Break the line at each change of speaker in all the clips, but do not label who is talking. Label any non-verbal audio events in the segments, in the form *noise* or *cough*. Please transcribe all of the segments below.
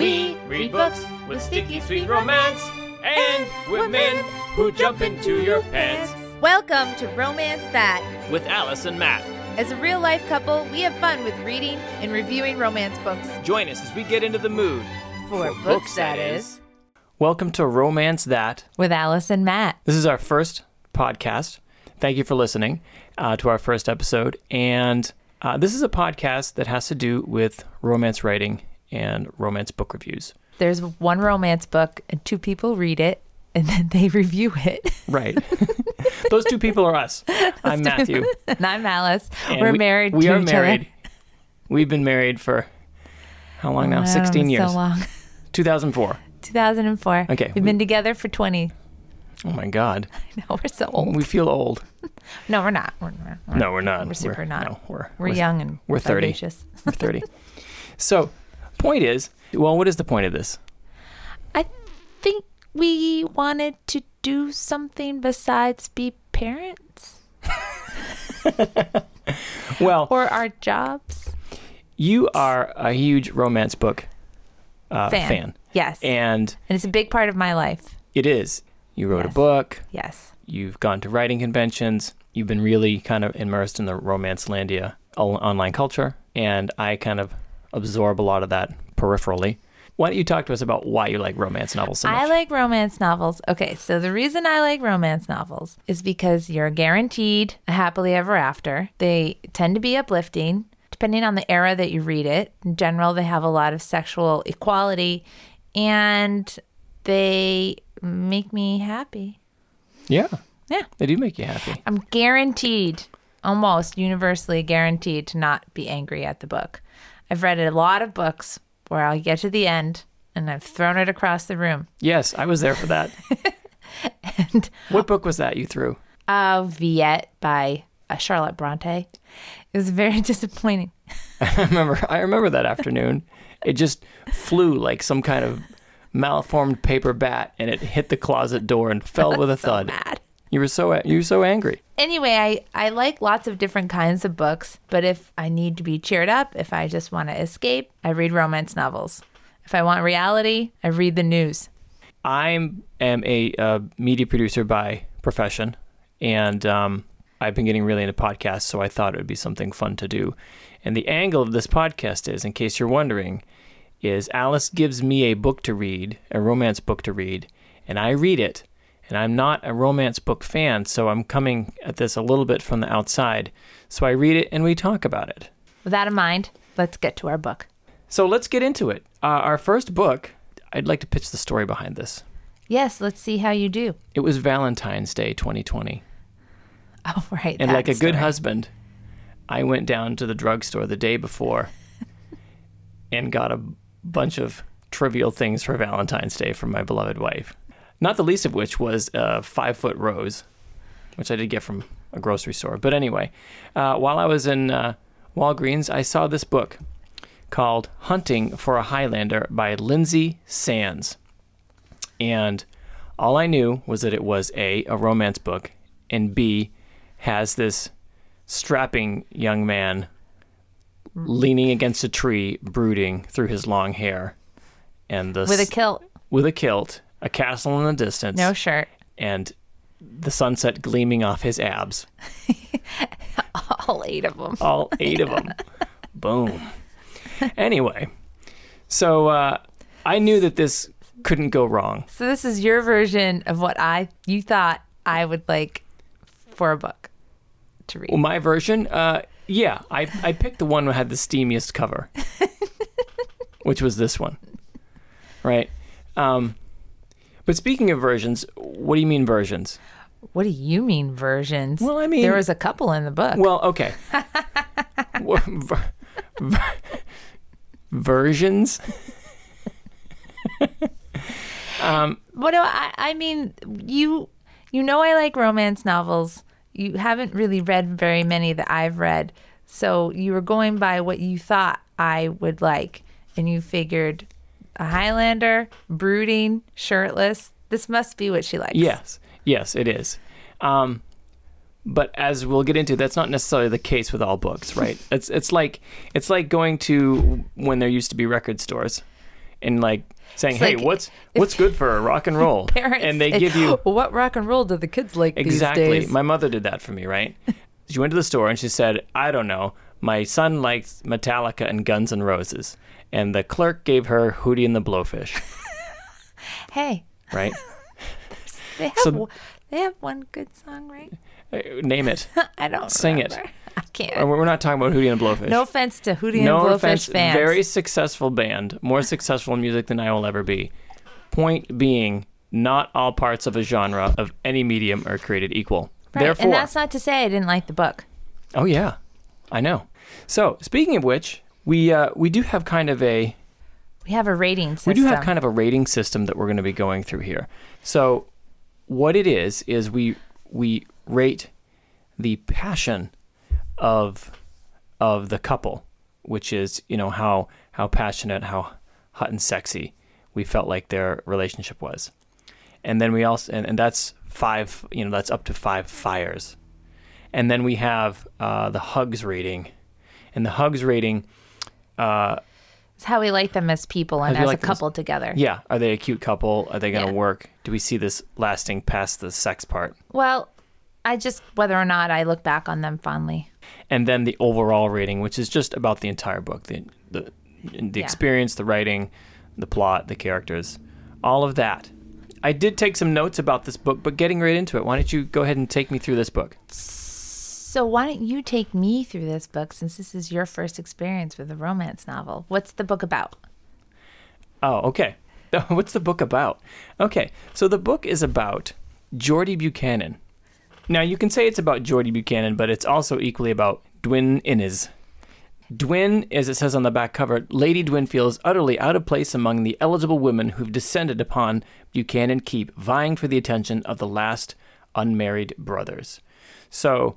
Read books with sticky sweet romance and with men who jump into your pants
Welcome to Romance That.
with Alice and Matt.
As a real life couple, we have fun with reading and reviewing romance books.
Join us as we get into the mood.
For,
books, that is. Welcome to Romance That.
With Alice and Matt.
This is our first podcast. Thank you for listening uh, to our first episode. And uh, this is a podcast that has to do with romance writing and romance book reviews.
There's one romance book, and two people read it, and then they *laughs* review it.
Right. *laughs* Those two people are *laughs* us. I'm Matthew. *laughs*
*laughs* and I'm Alice.
and
We're
we-
married
We
to
are
each
married.
other.
We've been married for how long now?
Wow,
16 years.
Um, So long. *laughs*
2004.
2004.
Okay.
We've been together for *laughs* 20.
Oh my God.
No, we're so old.
We feel old.
No, we're not. We're, we're, we're,
No, we're not.
We're super not.
No, we're,
we're young and
we're 30.
vivacious.
We're 30. so, point is, well, what is the point of this?
I think we wanted to do something besides be parents
Well,
or our jobs.
you are a huge romance book uh, fan.
Yes. And,
And
it's a big part of my life.
it is. You wrote a
Yes.
book,
Yes.
you've gone to writing conventions, you've been really kind of immersed in the romance landia o- online culture. And I kind of absorb a lot of that peripherally. Why don't you talk to us about why you like romance novels so much?
I like romance novels. Okay, so the reason I like romance novels is because you're guaranteed a happily ever after. They tend to be uplifting, depending on the era that you read it. In general, they have a lot of sexual equality and they make me happy.
yeah,
Yeah.
they do make you happy.
I'm guaranteed, almost universally guaranteed, to not be angry at the book. I've read a lot of books where I'll get to the end and I've thrown it across the room.
Yes, I was there
*laughs*
for that. what book was that you threw? *laughs*
Uh, Viet by uh, Charlotte Bronte. It was very *laughs* disappointing.
I remember. I remember that afternoon. It just flew like some kind of malformed paper bat, and it hit the closet door
*laughs*
and fell with a thud.
Bad.
You were so you were so angry.
Anyway, I, I like lots of different kinds of books, but if I need to be cheered up, if I just want to escape, I read romance novels. If I want reality, I read the news.
I am a uh, media producer by profession, and um, I've been getting really into podcasts, so I thought it would be something fun to do. And the angle of this podcast is, in case you're wondering, is Alice gives me a book to read, a romance book to read, and I read it. And I'm not a romance book fan, so I'm coming at this a little bit from the outside. So I read it and we talk about it.
With that in mind, let's get to our book.
So let's get into it. Uh, our first book, I'd like to pitch the story behind this.
Yes, let's see how you do. *laughs*
It was Valentine's Day 2020.
Oh, right.
And like a
that's
good
the-
husband, I went down to the drugstore the day before and got a bunch of trivial things for Valentine's Day from my beloved wife. Not the least of which was a five foot rose, which I did get from a grocery store. But anyway, uh, while I was in uh, Walgreens, I saw this book called Hunting for a Highlander by Lindsay Sands. And all I knew was that it was A, a romance book, and B, has this strapping young man leaning against a tree, brooding through his long hair, and the
with a
s-
kilt,
with a kilt, a castle in the distance,
no shirt, *laughs*
and the sunset gleaming off his abs.
all eight of them.
All eight of them. Boom. Anyway, so uh, I knew that this couldn't go wrong.
So this is your version of what I you thought I would like for a book to read.
Well, my version, uh, yeah, I, I picked the one that had the steamiest cover, which was this one, right? Um, but speaking of versions, what do you mean versions?
What do you mean versions?
Well, I mean-
there was a couple in the book.
Well, okay. Well, ver- ver- versions?
What do I? I mean, you you know I like romance novels. You haven't really read very many that I've read, so you were going by what you thought I would like, and you figured a Highlander, brooding, shirtless. This must be what she likes.
Yes, yes, it is. Um, but as we'll get into, that's not necessarily the case with
*laughs*
all books, right? it's it's like it's like going to when there used to be record stores, and like
*laughs*
saying,
It's
"Hey,
like-
what's what's good for rock and
*laughs*
roll?"
Parents
and they
say,
give you
*laughs* what rock and roll do the kids like
exactly.
these days?
My mother did that for
*laughs*
me, right? she went to the store and she said, "I don't know. My son likes Metallica and Guns N' Roses." And the clerk gave her Hootie and the Blowfish,
hey, *laughs*
right?
they have
So-
w- they have one good song, right?
Uh, Name it.
I don't
Sing it.
remember. *laughs* I
Uh,
can't.
We're not talking about Hootie and the Blowfish.
No offense to Hootie
no
and Blowfish
offense.
fans.
Very successful band, more successful in music than I will ever be. Point being, not all parts of a genre of any medium are created equal.
Right,
Therefore,
and that's not to say I didn't like the book.
oh yeah, I know. So speaking of which, we uh, we do have kind of a
We have a rating system.
we do have kind of a rating system that we're going to be going through here. So what it is is we we rate the passion of of the couple, which is you know how how passionate, how hot and sexy we felt like their relationship was, and then we also and, and that's five you know that's up to five fires, and then we have uh, the hugs rating, and the hugs rating
It's how we like them as people and
How do you
as
like
a
them as-
couple together.
Yeah. Are they a cute couple? Are they going to
Yeah.
work? Do we see this lasting past the sex part?
Well, I just whether or not I look back on them fondly.
And then the overall rating, which is just about the entire book the, the, the
Yeah.
experience, the writing, the plot, the characters, all of that. I did take some notes about this book, but getting right into it, why don't you go ahead and take me through this book?
So why don't you take me through this book since this is your first experience with a romance novel? What's the book about?
Oh, okay. *laughs* What's the book about? Okay, so the book is about Geordie Buchanan. Now, you can say it's about Geordie Buchanan, but it's also equally about Dwyn Innes. Dwyn, as it says on the back cover, Lady Dwyn feels utterly out of place among the eligible women who've descended upon Buchanan Keep, vying for the attention of the last unmarried brothers. So,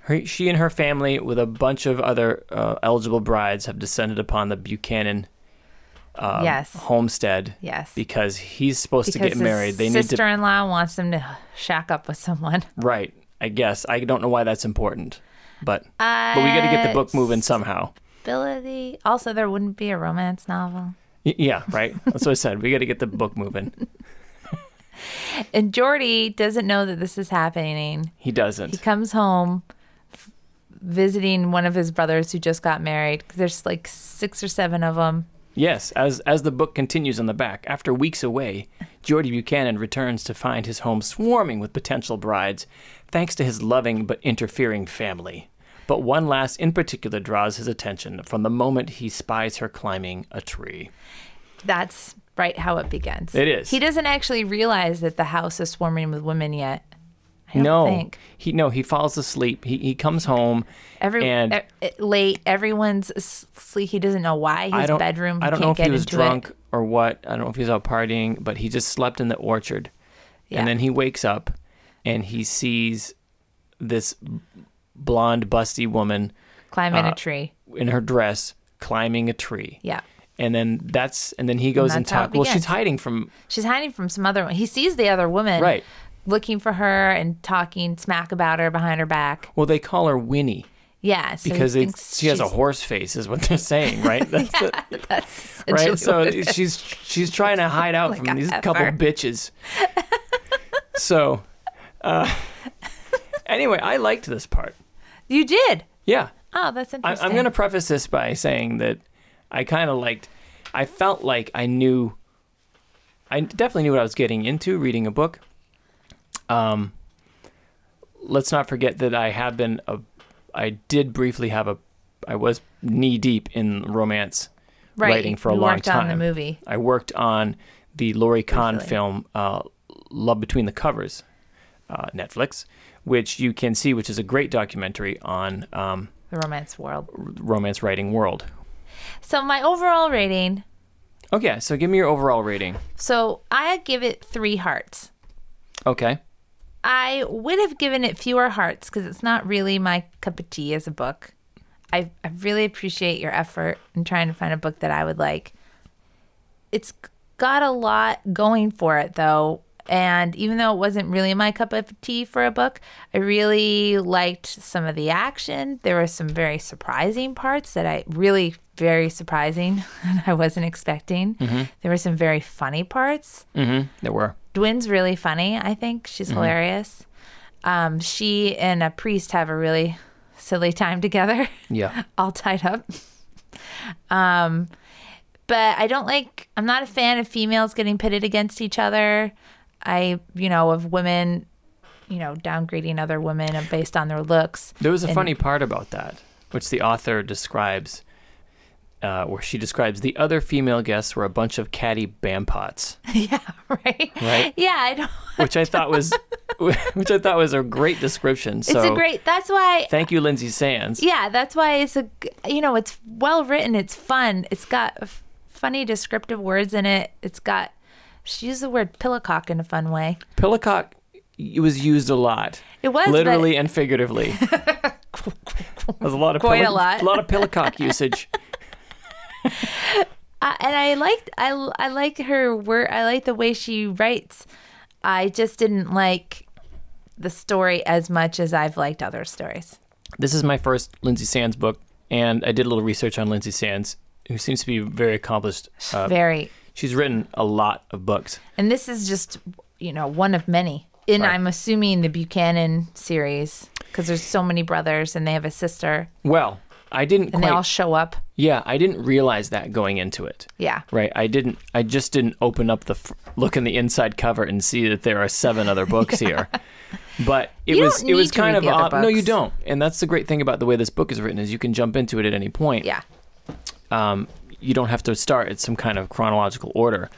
her, she and her family, with a bunch of other uh, eligible brides, have descended upon the Buchanan um,
yes.
homestead
Yes.
because he's supposed to get
his
married. They need to
sister-in-law wants him to shack up with someone.
right. I guess I don't know why that's important, but but we got to get the book moving somehow.
Ability. Also, there wouldn't be a romance novel.
Y- yeah, right. That's what I said. We got to get the book moving.
And Jordy doesn't know that this is happening.
He
He
doesn't.
comes home f- visiting one of his brothers who just got married. There's like six or seven of them.
Yes, as as the book continues on the back, after weeks away, Geordie Buchanan returns to find his home swarming with potential brides, thanks to his loving but interfering family. But one last in particular draws his attention from the moment he spies her climbing a tree.
That's right how it begins.
It is.
He doesn't actually realize that the house is swarming with women yet. I don't
no,
think.
he no, he falls asleep. He he comes home
Every
and
e- e- late, everyone's asleep. He doesn't know why his
I don't
bedroom.
I don't
can't
know if
get
he was
into
drunk
It.
or what. I don't know if he was out partying, but he just slept in the orchard,
Yeah.
and then he wakes up and he sees this blonde, busty woman
Climbing
uh,
a tree.
in her dress climbing a tree.
Yeah.
And then that's and then he goes and
that's how it
talks. Well, she's
begins.
hiding from
She's hiding from some other one. He sees the other woman.
Right.
Looking for her and talking smack about her behind her back.
well, they call her Winnie
Yeah. So he
because they,
thinks
she has a
she's-
horse face, is what they're saying,
*laughs*
right? That's it.
That's
*laughs* right?
essentially what
So
it is.
she's she's trying to hide out
Like
from
a
these couple
heifer. *laughs*
bitches. so, uh, anyway, I liked this part.
you did.
Yeah,
Oh, that's
I,
interesting.
I'm going to preface this by saying that I kind of liked. I felt like I knew. I definitely knew what I was getting into reading a book. Um, let's not forget that I have been a. I did briefly have a. I was knee deep in romance
right.
writing for a
you
long
worked on
time.
the movie.
I worked on the Laurie Kahn
Briefly.
film uh, Love Between the Covers, uh, Netflix, which you can see, which is a great documentary on um,
The romance world.
romance writing world.
So my overall rating.
Okay, so give me your overall rating.
So I give it three hearts.
Okay.
I would have given it fewer hearts because it's not really my cup of tea as a book. I, I really appreciate your effort in trying to find a book that I would like. It's got a lot going for it, though, And even though it wasn't really my cup of tea for a book, I really liked some of the action. There were some very surprising parts that I really very surprising *laughs* and I wasn't expecting. There were some very funny parts.
Mm-hmm. There were.
Dwyn's really funny, I think. She's
Mm-hmm.
hilarious. Um, she and a priest have a really silly time together, *laughs*
Yeah.
all tied up. Um, but I don't like, I'm not a fan of females getting pitted against each other. I, you know, of women, you know, downgrading other women based on their looks. *laughs*
There was a
And-
funny part about that, which the author describes, uh, where she describes the other female guests were a bunch of catty bampots,
yeah, right?
Right.
Yeah, I don't. *laughs*
which I thought was, *laughs* which I thought was a great description. So
It's a great, that's why
thank you, Lindsay Sands.
Yeah, that's why it's a g- you know it's well written. It's fun. It's got f- funny descriptive words in it. It's got she used the word pillowcock in a fun way.
Pillicock it was used a lot,
It was but-
literally
*laughs*
and figuratively. There's a lot of
Quite a
pilli-
lot.
a lot of pillicock usage.
I- and I liked I l- I like her word. I like the way she writes. I just didn't like the story as much as I've liked other stories.
this is my first Lindsay Sands book, and I did a little research on Lindsay Sands, who seems to be very accomplished. Uh,
Very.
she's written a lot of books.
And this is just you know one of many. And
Right.
I'm assuming the Buchanan series because there's so many brothers and they have a sister
Well, I didn't
and
quite.
they all show up.
yeah, I didn't realize that going into it.
Yeah.
Right, I didn't. I just didn't open up the f- look in the inside cover and see that there are seven other
*laughs*
books here. But it
You
was
don't
it was
need to
kind
read
of
the other
ob- no, you
books.
don't, and that's the great thing about the way this book is written is you can jump into it at any point.
Yeah.
um, you don't have to start at some kind of chronological order.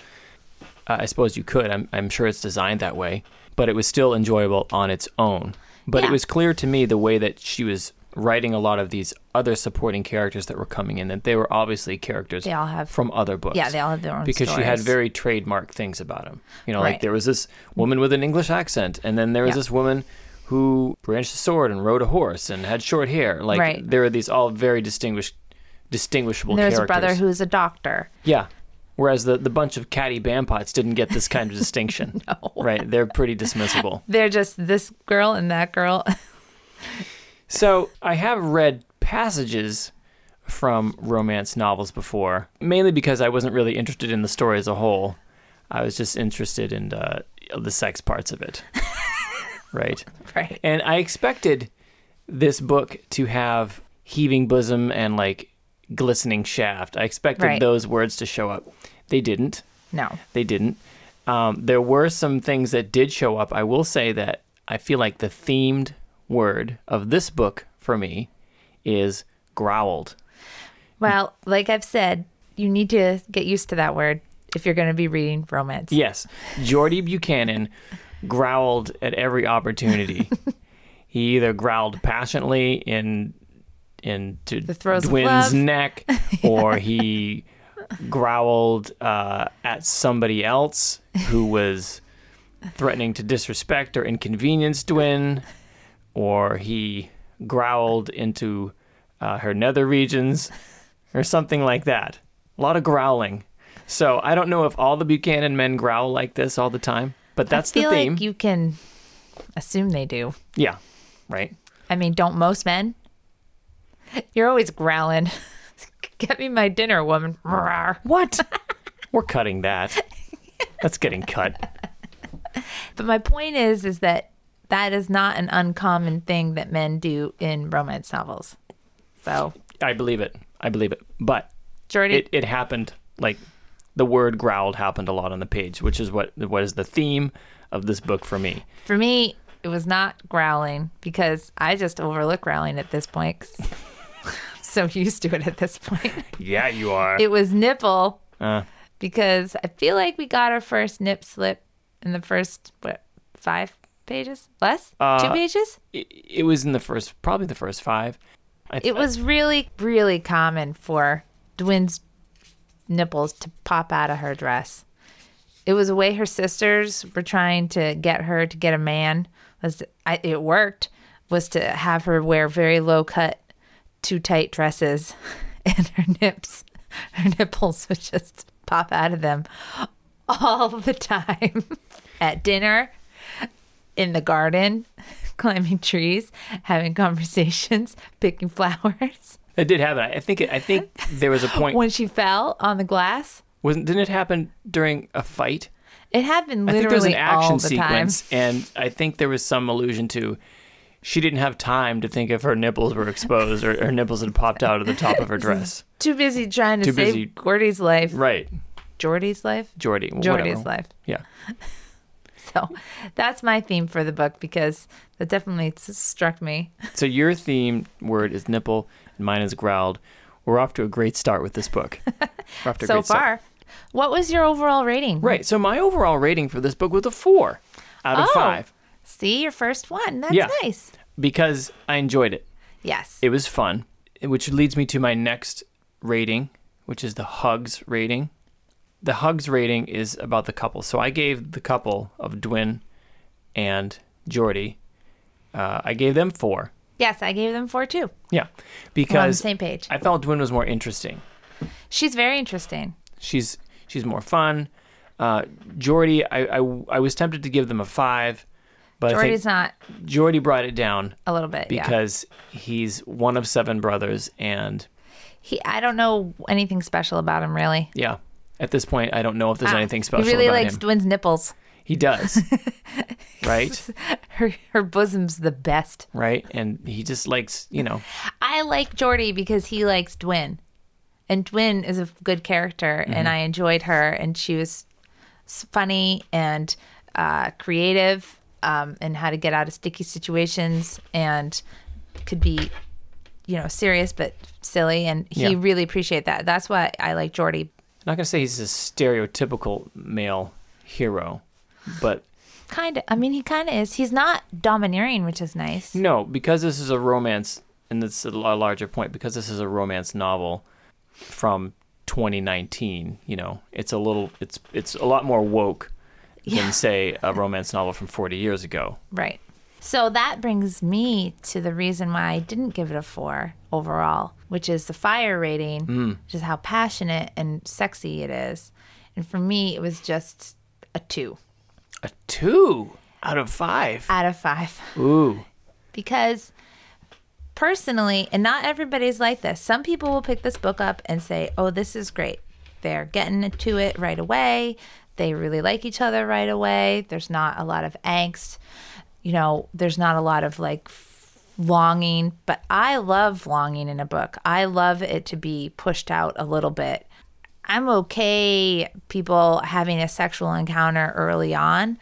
Uh, I suppose you could. I'm, I'm sure it's designed that way, but it was still enjoyable on its own. But
Yeah.
it was clear to me the way that she was writing a lot of these other supporting characters that were coming in that they were obviously characters
They all have-
from other books.
Yeah, they all have their own
because she had
stories.
very trademark things about them. You know,
Right.
like there was this woman with an English accent, and then there was
Yeah.
this woman who branched a sword and rode a horse and had short hair. Like
Right.
there are these all very distinguished, distinguishable.
And There's a
characters.
brother who's a doctor.
Yeah. Whereas the, the bunch of catty bampots didn't get this kind of distinction. Right. They're pretty dismissible.
They're just this girl and that girl. *laughs*
So I have read passages from romance novels before, mainly because I wasn't really interested in the story as a whole. I was just interested in uh, the sex parts of it. right.
right.
And I expected this book to have heaving bosom and like glistening shaft. I expected
Right.
those words to show up. They didn't.
No.
They didn't. Um, there were some things that did show up. I will say that I feel like the themed word of this book for me is growled.
Well, like I've said, you need to get used to that word if you're going to be reading romance.
Yes, Geordie Buchanan growled at every
*laughs*
opportunity. he either growled passionately in into
The throes of love. *laughs*
Dwyn's neck, or he growled uh, at somebody else who was threatening to disrespect or inconvenience Dwyn, or he growled into uh, her nether regions, or something like that. A lot of growling. So I don't know if all the Buchanan men growl like this all the time, but that's
I feel
the theme.
like you can assume they do.
yeah, right.
I mean, don't most men? You're always growling. *laughs* get me my dinner, woman. Rawr.
What? We're cutting that. That's getting cut.
*laughs* But my point is is that that is not an uncommon thing that men do in romance novels. So,
I believe it. I believe it. But
Jordy,
it, it happened like the word growled happened a lot on the page, which is what what is the theme of this book for me.
For me, it was not growling because I just overlook growling at this point. 'cause *laughs* I'm so used to it at this point.
*laughs* Yeah, you are.
It was nipple
Uh.
because I feel like we got our first nip slip in the first what five pages less two
Uh,
pages.
it, it was in the first, probably the first five. I,
It was really really common for Dwyn's nipples to pop out of her dress. It was a way her sisters were trying to get her to get a man. Was I, it worked? Was to have her wear very low cut, too tight dresses, *laughs* and her nips, *laughs* her nipples would just pop out of them all the time. *laughs* at dinner, in the garden, *laughs* climbing trees, having conversations, *laughs* picking flowers.
It did happen. I think. It, I think
*laughs*
there was a point.
When she fell on the glass,
wasn't? Didn't it happen during a fight?
it happened literally
I think there was an
all
action
the
sequence,
time.
and I think there was some allusion to she didn't have time to think if her nipples were exposed or her nipples had popped out of the top of
*laughs*
her dress.
Too busy trying to
Too
save
busy.
Gordy's life,
Right,
Jordy's life,
Jordy.
Jordy's
whatever.
life. *laughs*
Yeah.
So that's my theme for the book because that definitely s- struck me.
So your theme word is nipple, and mine is growled. We're off to a great start with
*laughs*
this book. We're off to a
so
great
far.
start.
What was your overall rating?
Right. So my overall rating for this book was a four out of
Oh.
five
See, your first one. That's
Yeah.
nice.
because I enjoyed it.
Yes.
It was fun, which leads me to my next rating, which is the hugs rating. The hugs rating is about the couple. So I gave the couple of Dwin and Jordy, uh, I gave them four.
yes, I gave them four too. We're
Yeah.
on the
Because
same page.
I felt Dwin was more interesting.
She's very interesting.
She's she's more fun. Uh, Jordy, I, I, I was tempted to give them a five, but
Jordy's
I
not
think Jordy brought it down
a little bit. yeah.
because he's one of seven brothers, and
He, I don't know anything special about him really.
yeah, at this point, I don't know if there's
Ah,
anything special
He really
about
likes
him.
Dwyn's nipples.
He does,
*laughs*
right,
Her her bosom's the best.
right, and he just likes you know
I like Jordy because he likes Dwyn. And Dwyn is a good character, and I enjoyed her, and she was s- funny and uh, creative um, and how to get out of sticky situations and could be, you know, serious but silly. And he
Yeah.
really appreciated that. That's why I like Jordy.
I'm not gonna say he's a stereotypical male hero, but
Kind of. I mean, he kind of is. He's not domineering, which is nice.
No, because this is a romance, and it's a l- a larger point. Because this is a romance novel from 2019, you know, it's a little, it's it's a lot more woke
Yeah.
than say a romance novel from 40 years ago.
Right. So that brings me to the reason why I didn't give it a four overall, which is the fire rating, which is how passionate and sexy it is. And for me, it was just a two
A two out of five.
out of five. *laughs*
Ooh,
Because personally, and not everybody's like this, some people will pick this book up and say, oh, this is great. They're getting to it right away. They really like each other right away. There's not a lot of angst. You know, there's not a lot of like longing, but I love longing in a book. I love it to be pushed out a little bit. I'm okay people having a sexual encounter early on,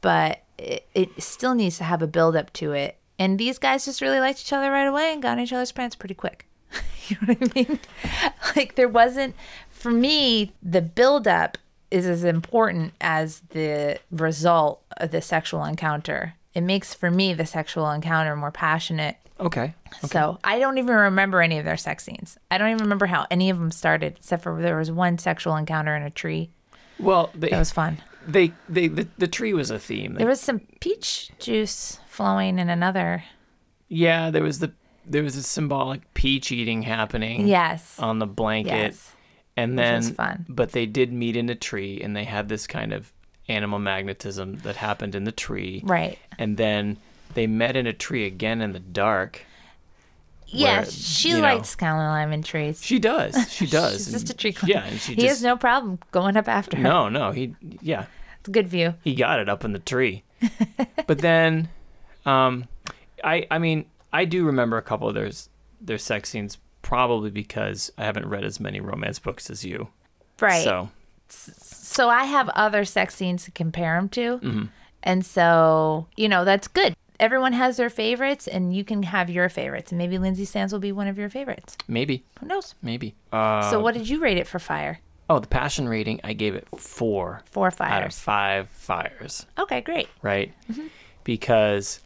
but it, it still needs to have a build up to it. And these guys just really liked each other right away and got in each other's pants pretty quick. *laughs* you know what I mean? *laughs* like there wasn't for me the build up is as important as the result of the sexual encounter. It makes for me the sexual encounter more passionate
okay.
so I don't even remember any of their sex scenes. I don't even remember how any of them started, except for there was one sexual encounter in a tree.
Well, they,
That was fun.
they they the, the tree was a theme.
There was some peach juice flowing in another.
yeah, there was the there was a symbolic peach eating happening.
Yes.
on the blanket.
Yes.
And then,
was fun.
but they did meet in a tree, and they had this kind of animal magnetism that happened in the tree.
Right.
And then they met in a tree again in the dark.
Yeah,
where,
she
you know-
likes Cali Lyman trees.
She does.
*laughs*
She does.
She's
and-
just a tree climber.
Yeah, and she
he
just
has no problem going up after her.
no, no. He yeah,
It's a good view.
he got it up in the tree.
*laughs*
but then, um, I I mean I do remember a couple of their their sex scenes probably because I haven't read as many romance books as you.
Right.
So
so I have other sex scenes to compare them to.
Mm-hmm.
And so, you know, that's good. Everyone has their favorites, and you can have your favorites. And maybe Lindsay Sands will be one of your favorites.
maybe
Who knows?
maybe. Uh,
So, what did you rate it for fire?
Oh, the passion rating, I gave it four
Four
out of
fires.
five fires,
Okay, great.
right?
Mm-hmm.
Because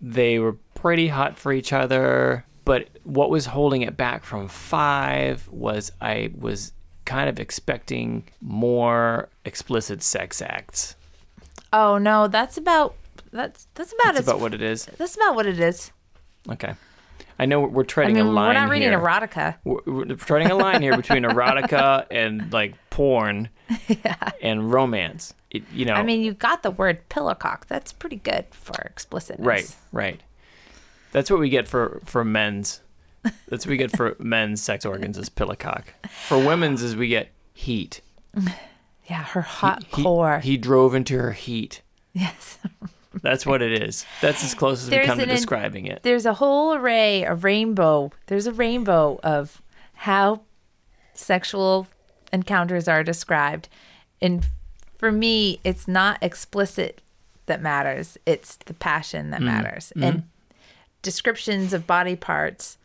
they were pretty hot for each other. But what was holding it back from five was I was kind of expecting more explicit sex acts.
Oh no, that's about that's that's about
That's
as,
about what it is.
that's about what it is.
Okay. I know we're
I
treading
mean,
a line
we're not reading
here.
erotica.
we're, we're treading a line here between erotica and like
*laughs*
porn and romance. It, you know,
I mean, you got the word pillowcock. That's pretty good for explicitness.
right, right. That's what we get for for men's. That's what we get for *laughs* men's sex organs is pillowcock. For women's is we get heat.
Yeah, her hot
He-
Uh, core.
He drove into her heat.
yes.
*laughs* That's what it is. That's as close as
There's
we come to
an in-
describing it.
There's a whole array, a rainbow. There's a rainbow of how sexual encounters are described. And for me, it's not explicit that matters, it's the passion
Mm-hmm.
that matters. And descriptions of body parts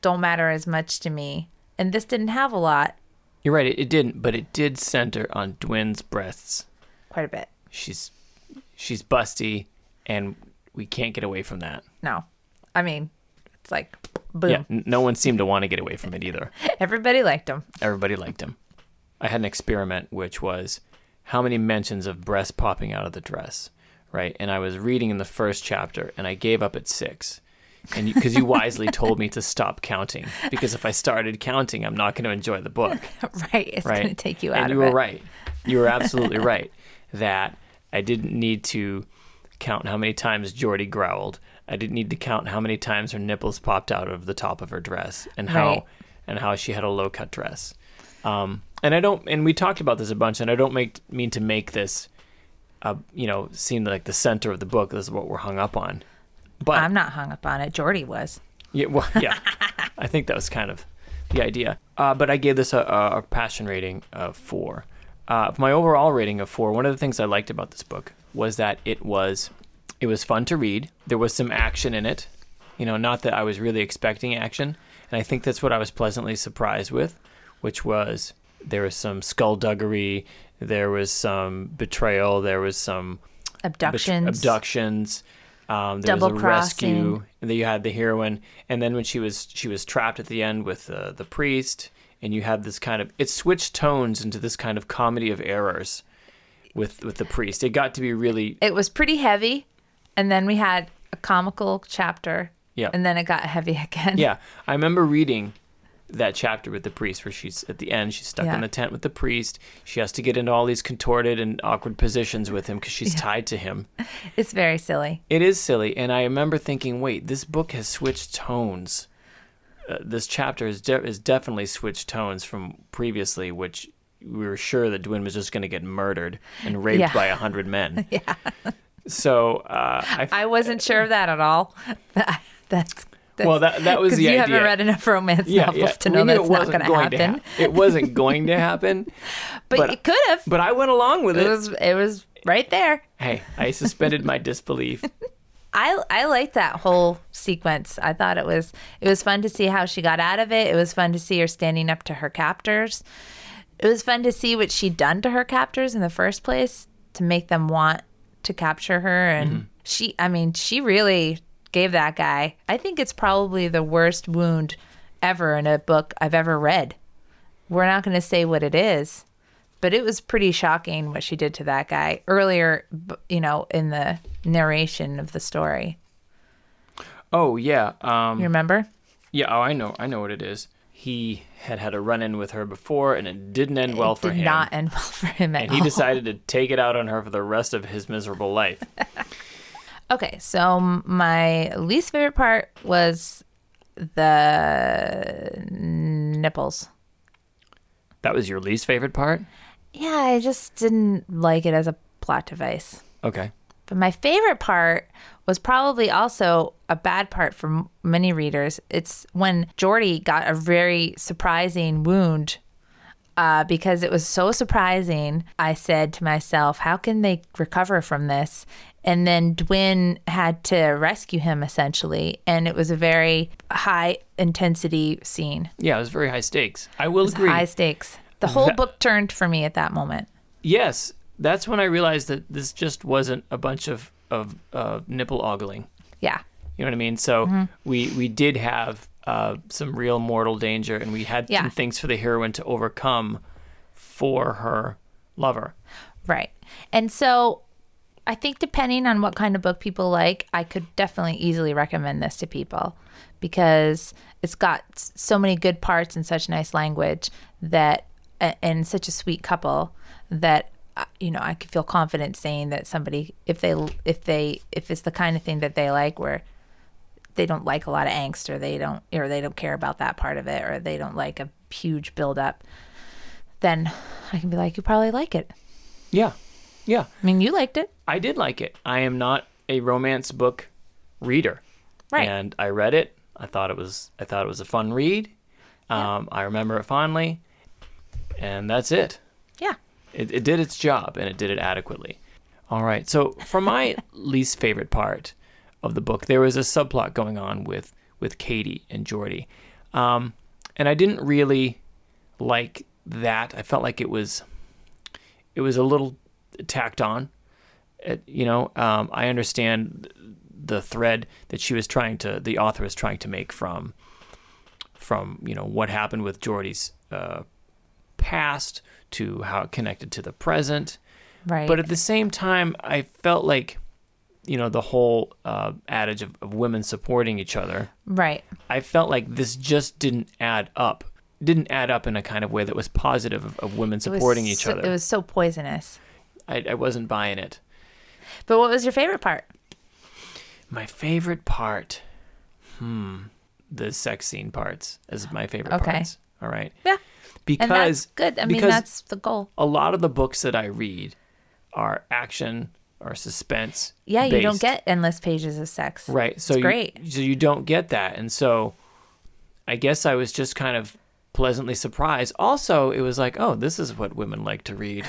don't matter as much to me. And this didn't have a lot,
You're right. It, it didn't, but it did center on Dwynne's breasts.
quite a bit.
She's she's busty, and we can't get away from that.
No. I mean, it's like, boom.
Yeah, n- no one seemed to want to get away from it either.
Everybody liked him.
Everybody liked him. I had an experiment which was how many mentions of breasts popping out of the dress, right? And I was reading in the first chapter, and I gave up at six, and because you wisely told me to stop counting because if I started counting, I'm not going to enjoy the book.
*laughs* right. It's
right?
going to take you
and
out of
you
it.
were right. You
*laughs*
were absolutely right that I didn't need to count how many times Jordy growled. I didn't need to count how many times her nipples popped out of the top of her dress and how
Right.
and how she had a low cut dress. Um, and I don't and we talked about this a bunch and I don't make mean to make this uh, you know seem like the center of the book. This is what we're hung up on. But
I'm not hung up on it. Jordy was.
yeah, well, *laughs* yeah. I think that was kind of the idea. Uh, but I gave this a, a, a passion rating of four. Uh, my overall rating of four. One of the things I liked about this book was that it was, it was fun to read. There was some action in it. You know, not that I was really expecting action, and I think that's what I was pleasantly surprised with, which was there was some skullduggery, there was some betrayal, there was some bet-
Abductions.
abductions. Um, there was a
Double crossing.
rescue that you had the heroine, and then when she was she was trapped at the end with uh, the priest, and you had this kind of it switched tones into this kind of comedy of errors with with the priest. It got to be really
It was pretty heavy. And then we had a comical chapter.
Yeah.
And then it got heavy *laughs* again.
yeah. I remember reading that chapter with the priest where she's at the end she's stuck
Yeah.
in the tent with the priest she has to get into all these contorted and awkward positions with him because she's tied to him
It's very silly.
It is silly, and I remember thinking, wait, this book has switched tones. Uh, this chapter has, de- has definitely switched tones from previously, which we were sure that Dwin was just going to get murdered and raped
Yeah.
by a
*laughs*
hundred men. yeah. So uh, I, f-
I wasn't sure of that at all. *laughs* That- that's, that's
Well, that- that was
'cause
the
you
idea.
haven't read enough romance novels to
We
know
knew it
that's not
wasn't
gonna happen.
hap- it wasn't going
*laughs*
to happen,
but,
but-
it could have.
but I went along with
It
it.
was it was right there.
Hey, I suspended my disbelief.
I I liked that whole sequence. I thought it was it was fun to see how she got out of it. It was fun to see her standing up to her captors. It was fun to see what she'd done to her captors in the first place to make them want to capture her and she I mean, she really gave that guy. I think it's probably the worst wound ever in a book I've ever read. We're not going to say what it is, but it was pretty shocking what she did to that guy earlier, b- you know, in the narration of the story.
Oh yeah, um,
You remember?
yeah. Oh, I know, I know what it is. He had had a run-in with her before, and it didn't end well
it
for
did
him.
not end *laughs* well for him at
and
all.
*laughs* he decided to take it out on her for the rest of his miserable life.
*laughs* okay, so m- my least favorite part was the nipples.
That was your least favorite part?
Yeah, I just didn't like it as a plot device.
Okay.
But my favorite part was probably also a bad part for m- many readers. It's when Jordy got a very surprising wound. Uh, because it was so surprising, I said to myself, how can they recover from this? And then Dwin had to rescue him essentially. And it was a very high intensity scene,
Yeah, it was very high stakes. I will agree.
high stakes. The whole
That-
book turned for me at that moment.
Yes, that's when I realized that this just wasn't a bunch of of uh, nipple ogling.
Yeah.
You know what I mean? So
Mm-hmm.
we we did have uh, some real mortal danger, and we had
Yeah.
some things for the heroine to overcome for her lover.
Right. And so I think depending on what kind of book people like, I could definitely easily recommend this to people because it's got s- so many good parts and such nice language that a, and such a sweet couple that uh, you know I could feel confident saying that somebody if they if they if it's the kind of thing that they like where they don't like a lot of angst or they don't or they don't care about that part of it or they don't like a huge build up then I can be like you probably like it.
Yeah. Yeah.
I mean you liked it.
I did like it. I am not a romance book reader.
Right.
And I read it. I thought it was I thought it was a fun read. Um, I remember it fondly. And that's it.
Yeah.
It, it did its job and it did it adequately. All right. So, for my least favorite part of the book, there was a subplot going on with with Katie and Jordy, um, and I didn't really like that. I felt like it was it was a little tacked on. It, you know, um, I understand the thread that she was trying to the author was trying to make from from you know what happened with Jordy's uh, past to how it connected to the present.
Right.
But at the same time, I felt like, you know, the whole uh, adage of, of women supporting each other,
right.
I felt like this just didn't add up. Didn't add up in a kind of way that was positive of, of women
It was
supporting each
so-
other.
It was so poisonous.
I, I wasn't buying it.
But what was your favorite part?
My favorite part, hmm, the sex scene parts is my favorite
Okay.
parts. All right.
Yeah.
Because
And that's good. I mean,
because
that's the goal.
a lot of the books that I read are action or suspense.
Yeah, you don't
based.
get endless pages of sex.
Right. So
It's
you,
great.
So you don't get that, and so I guess I was just kind of pleasantly surprised. Also, it was like, oh, this is what women like
*laughs*
to read.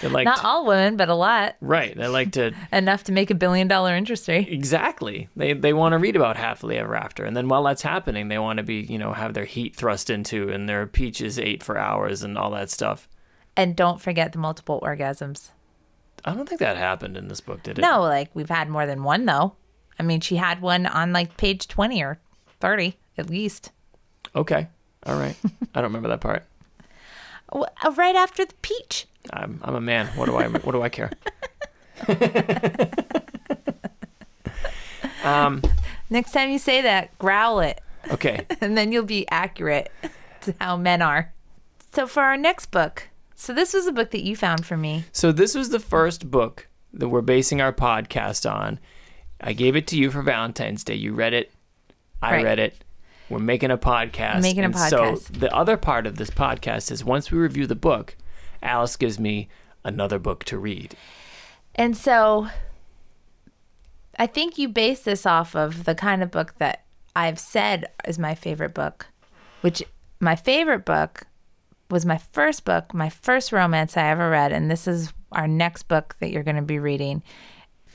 they like
Not
to-
all women, but a lot.
right. They like to
Enough to make a billion dollar industry.
exactly. They they want to read about happily ever after, and then while that's happening, they want to be you know have their heat thrust into and their peaches ate for hours and all that stuff.
And don't forget the multiple orgasms.
I don't think that happened in this book, did it?
No, like we've had more than one though. I mean, she had one on like page 20 or 30 at least.
Okay. All right. I don't remember that part.
Oh, uh, Right after the peach.
I'm I'm a man. What do I what do
*laughs*
I care? um,
Next time you say that, growl it.
okay.
*laughs* and then you'll be accurate to how men are. So for our next book, so this was a book that you found for me.
So this was the first book that we're basing our podcast on. I gave it to you for Valentine's Day. You read it. I
Right.
read it. We're making a podcast.
Making a
And So
podcast.
the other part of this podcast is once we review the book, Alice gives me another book to read.
And so I think you base this off of the kind of book that I've said is my favorite book, which my favorite book was my first book, my first romance I ever read. And this is our next book that you're going to be reading.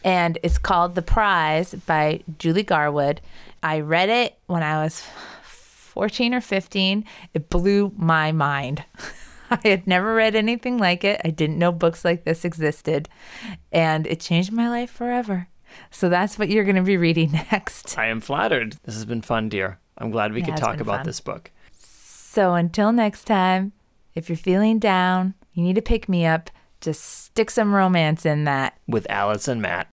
And it's called The Prize by Julie Garwood. I read it when I was 14 or 15. It blew my mind. *laughs* I had never read anything like it. I didn't know books like this existed. And it changed my life forever. So that's what you're going to be reading *laughs* next.
I am flattered. This has been fun, dear. I'm glad we
It
could
has
talk
been
about
fun.
this book.
So until next time, if you're feeling down, you need to pick me up, just stick some romance in that.
with Alice and Matt.